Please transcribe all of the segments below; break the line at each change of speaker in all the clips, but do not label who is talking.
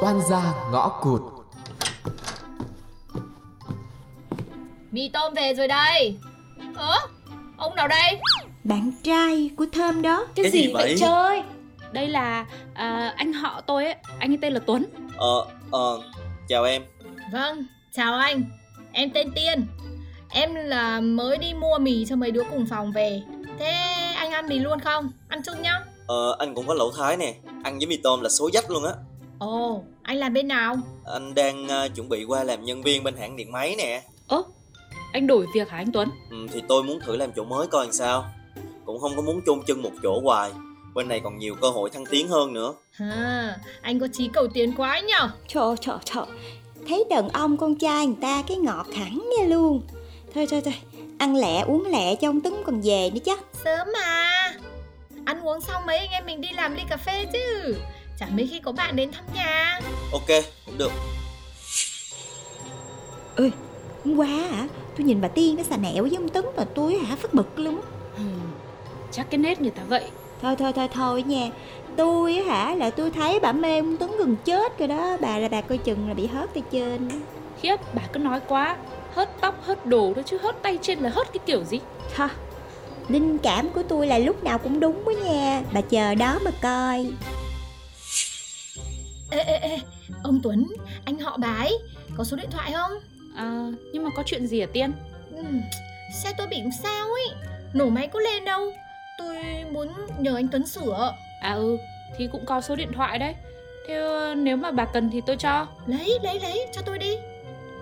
toan ra ngõ cụt
Mì tôm về rồi đây Ơ Ông nào đây
Bạn trai của Thơm đó
Cái, gì, vậy
trời Đây là à, anh họ tôi ấy Anh ấy tên là Tuấn
Ờ, ờ, chào em
Vâng Chào anh Em tên Tiên Em là mới đi mua mì cho mấy đứa cùng phòng về Thế anh ăn mì luôn không? Ăn chung nhá
Ờ, anh cũng có lẩu thái nè Ăn với mì tôm là số dách luôn á
Ồ, anh làm bên nào?
Anh đang ờ, chuẩn bị qua làm nhân viên bên hãng điện máy nè
Ơ Anh đổi việc hả anh Tuấn
ừ, Thì tôi muốn thử làm chỗ mới coi làm sao Cũng không có muốn chôn chân một chỗ hoài Bên này còn nhiều cơ hội thăng tiến hơn nữa
À, anh có chí cầu tiến quá ấy nhở
Trời trời trời Thấy đàn ông con trai người ta cái ngọt hẳn nghe luôn Thôi thôi thôi Ăn lẹ uống lẹ cho ông Tuấn còn về nữa chứ
Sớm mà Ăn uống xong mấy anh em mình đi làm ly cà phê chứ Chả mấy khi có bạn đến thăm nhà
Ok, cũng được
Hôm qua hả Tôi nhìn bà Tiên nó xà nẹo với ông Tuấn mà tôi hả phát bực luôn á.
ừ, Chắc cái nét người ta vậy
Thôi thôi thôi thôi nha Tôi á hả là tôi thấy bà mê ông Tuấn gần chết rồi đó Bà là bà coi chừng là bị hớt tay trên đó.
Khiếp bà cứ nói quá Hớt tóc hớt đồ đó chứ hớt tay trên là hớt cái kiểu gì
Ha, linh cảm của tôi là lúc nào cũng đúng đó nha Bà chờ đó mà coi
Ê ê ê, ông Tuấn, anh họ bái Có số điện thoại không?
à, Nhưng mà có chuyện gì hả Tiên
Ừm, Ừ, Xe tôi bị làm sao ấy Nổ máy có lên đâu Tôi muốn nhờ anh Tuấn sửa
À ừ Thì cũng có số điện thoại đấy Thế ờ, nếu mà bà cần thì tôi cho
Lấy, lấy, lấy, cho tôi đi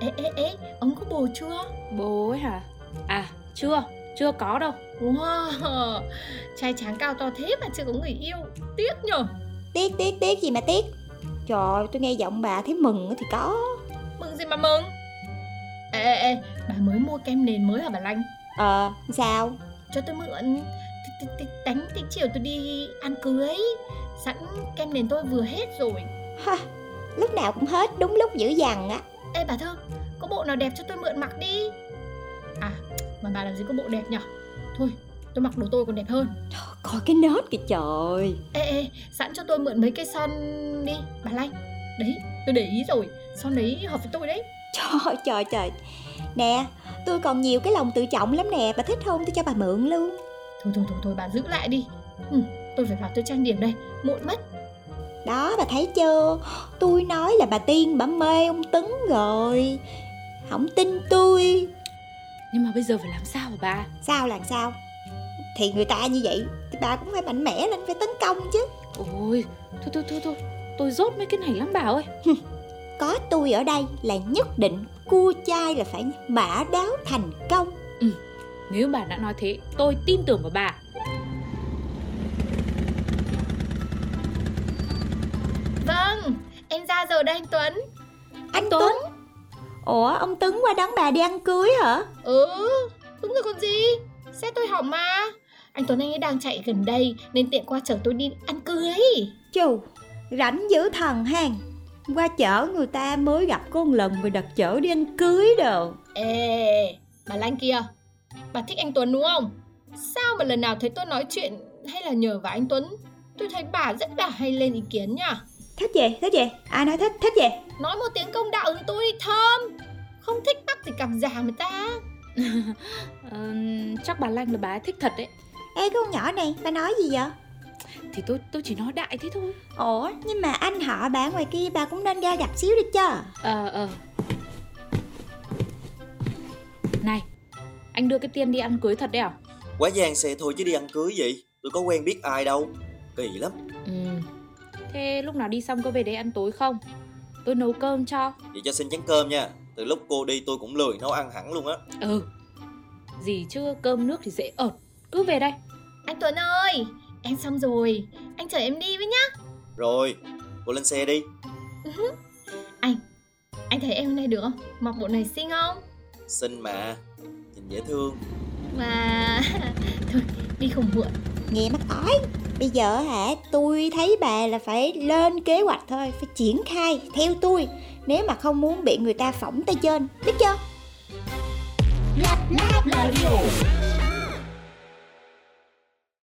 Ê, ê, ê, ông có bồ chưa?
Bố ấy hả À chưa Chưa có đâu
Wow, trai tráng cao to thế mà chưa có người yêu Tiếc nhở
Tiếc tiếc tiếc gì mà tiếc Trời ơi, tôi nghe giọng bà thấy mừng á thì có
Mừng gì mà mừng Ê, ê, ê, bà mới mua kem nền mới hả bà Lanh?
Ờ sao
Cho tôi mượn T- t- t- Đánh tính chiều tôi đi ăn cưới Sẵn kem nền tôi vừa hết rồi
ha, Lúc nào cũng hết đúng lúc dữ dằn á
Ê bà Thơm, có bộ nào đẹp cho tôi mượn mặc đi À, mà bà làm gì có bộ đẹp nhở Thôi, tôi mặc đồ tôi còn đẹp hơn
Trời, Coi cái nết kìa trời
Ê, ê, sẵn cho tôi mượn mấy cây son đi, bà Lanh Đấy, tôi để ý rồi, son đấy hợp với tôi đấy
Trời trời trời Nè tôi còn nhiều cái lòng tự trọng lắm nè Bà thích không tôi cho bà mượn luôn
Thôi, thôi, thôi, thôi bà giữ lại đi ừ, Tôi phải vào tôi trang điểm đây, muộn mất
Đó bà thấy chưa Tôi nói là bà Tiên bà mê ông Tấn rồi Không tin tôi
Nhưng mà bây giờ phải làm sao hả bà
Sao làm sao Thì người ta như vậy Thì bà cũng phải mạnh mẽ lên phải tấn công chứ
Ôi Thôi thôi thôi thôi Tôi rốt mấy cái này lắm bà ơi
Có tôi ở đây là nhất định Cua chai là phải mã đáo thành công
Nếu bà đã nói thế Tôi tin tưởng vào bà
Vâng, em ra giờ đây anh Tuấn
Anh Tuấn Ủa ông Tuấn qua đón bà đi ăn cưới hả
Ừ, đúng rồi còn gì Xe tôi hỏng mà Anh Tuấn anh ấy đang chạy gần đây Nên tiện qua chở tôi đi ăn cưới
Chù Rảnh dữ thần hàng Qua chở người ta mới gặp có một lần Rồi đặt chở đi ăn cưới đồ
Ê, bà Lan kia Bà thích anh Tuấn đúng không? Sao mà lần nào thấy tôi nói chuyện hay là nhờ vào anh Tuấn Tôi thấy bà rất là hay lên ý kiến nhỉ
Thích gì thích gì Ai nói thích thích gì
Nói một tiếng công đạo ứng tôi đi thơm Không thích bắt thì càng già người ta
Ờ, Chắc bà Lanh là bà ấy thích thật đấy
Ê con nhỏ này bà nói gì vậy
Thì tôi tôi chỉ nói đại thế thôi
Ủa nhưng mà anh họ bà ngoài kia bà cũng nên ra gặp xíu đi chứ
Ờ ờ Này Anh đưa cái tiền đi ăn cưới thật đấy à
Quá gian xe thôi chứ đi ăn cưới gì Tôi có quen biết ai đâu Kỳ lắm
Ừ Thế lúc nào đi xong có về đây ăn tối không Tôi nấu cơm cho
Vậy cho xin chén cơm nha Từ lúc cô đi tôi cũng lười nấu ăn hẳn luôn á
Ừ Gì chứ cơm nước thì dễ ợt Cứ về đây
Anh Tuấn ơi, em xong rồi Anh chở em đi với nhá
Rồi, cô lên xe đi
Anh thấy em hôm nay được không? Mặc bộ này xinh không?
Xinh mà Nhìn dễ thương
Và... Thôi, đi không muộn
Nghe mắt ói Bây giờ hả tôi thấy bà là phải lên kế hoạch thôi Phải triển khai theo tôi Nếu mà không muốn bị người ta phỏng tay trên Biết chưa
Lab Lab Radio.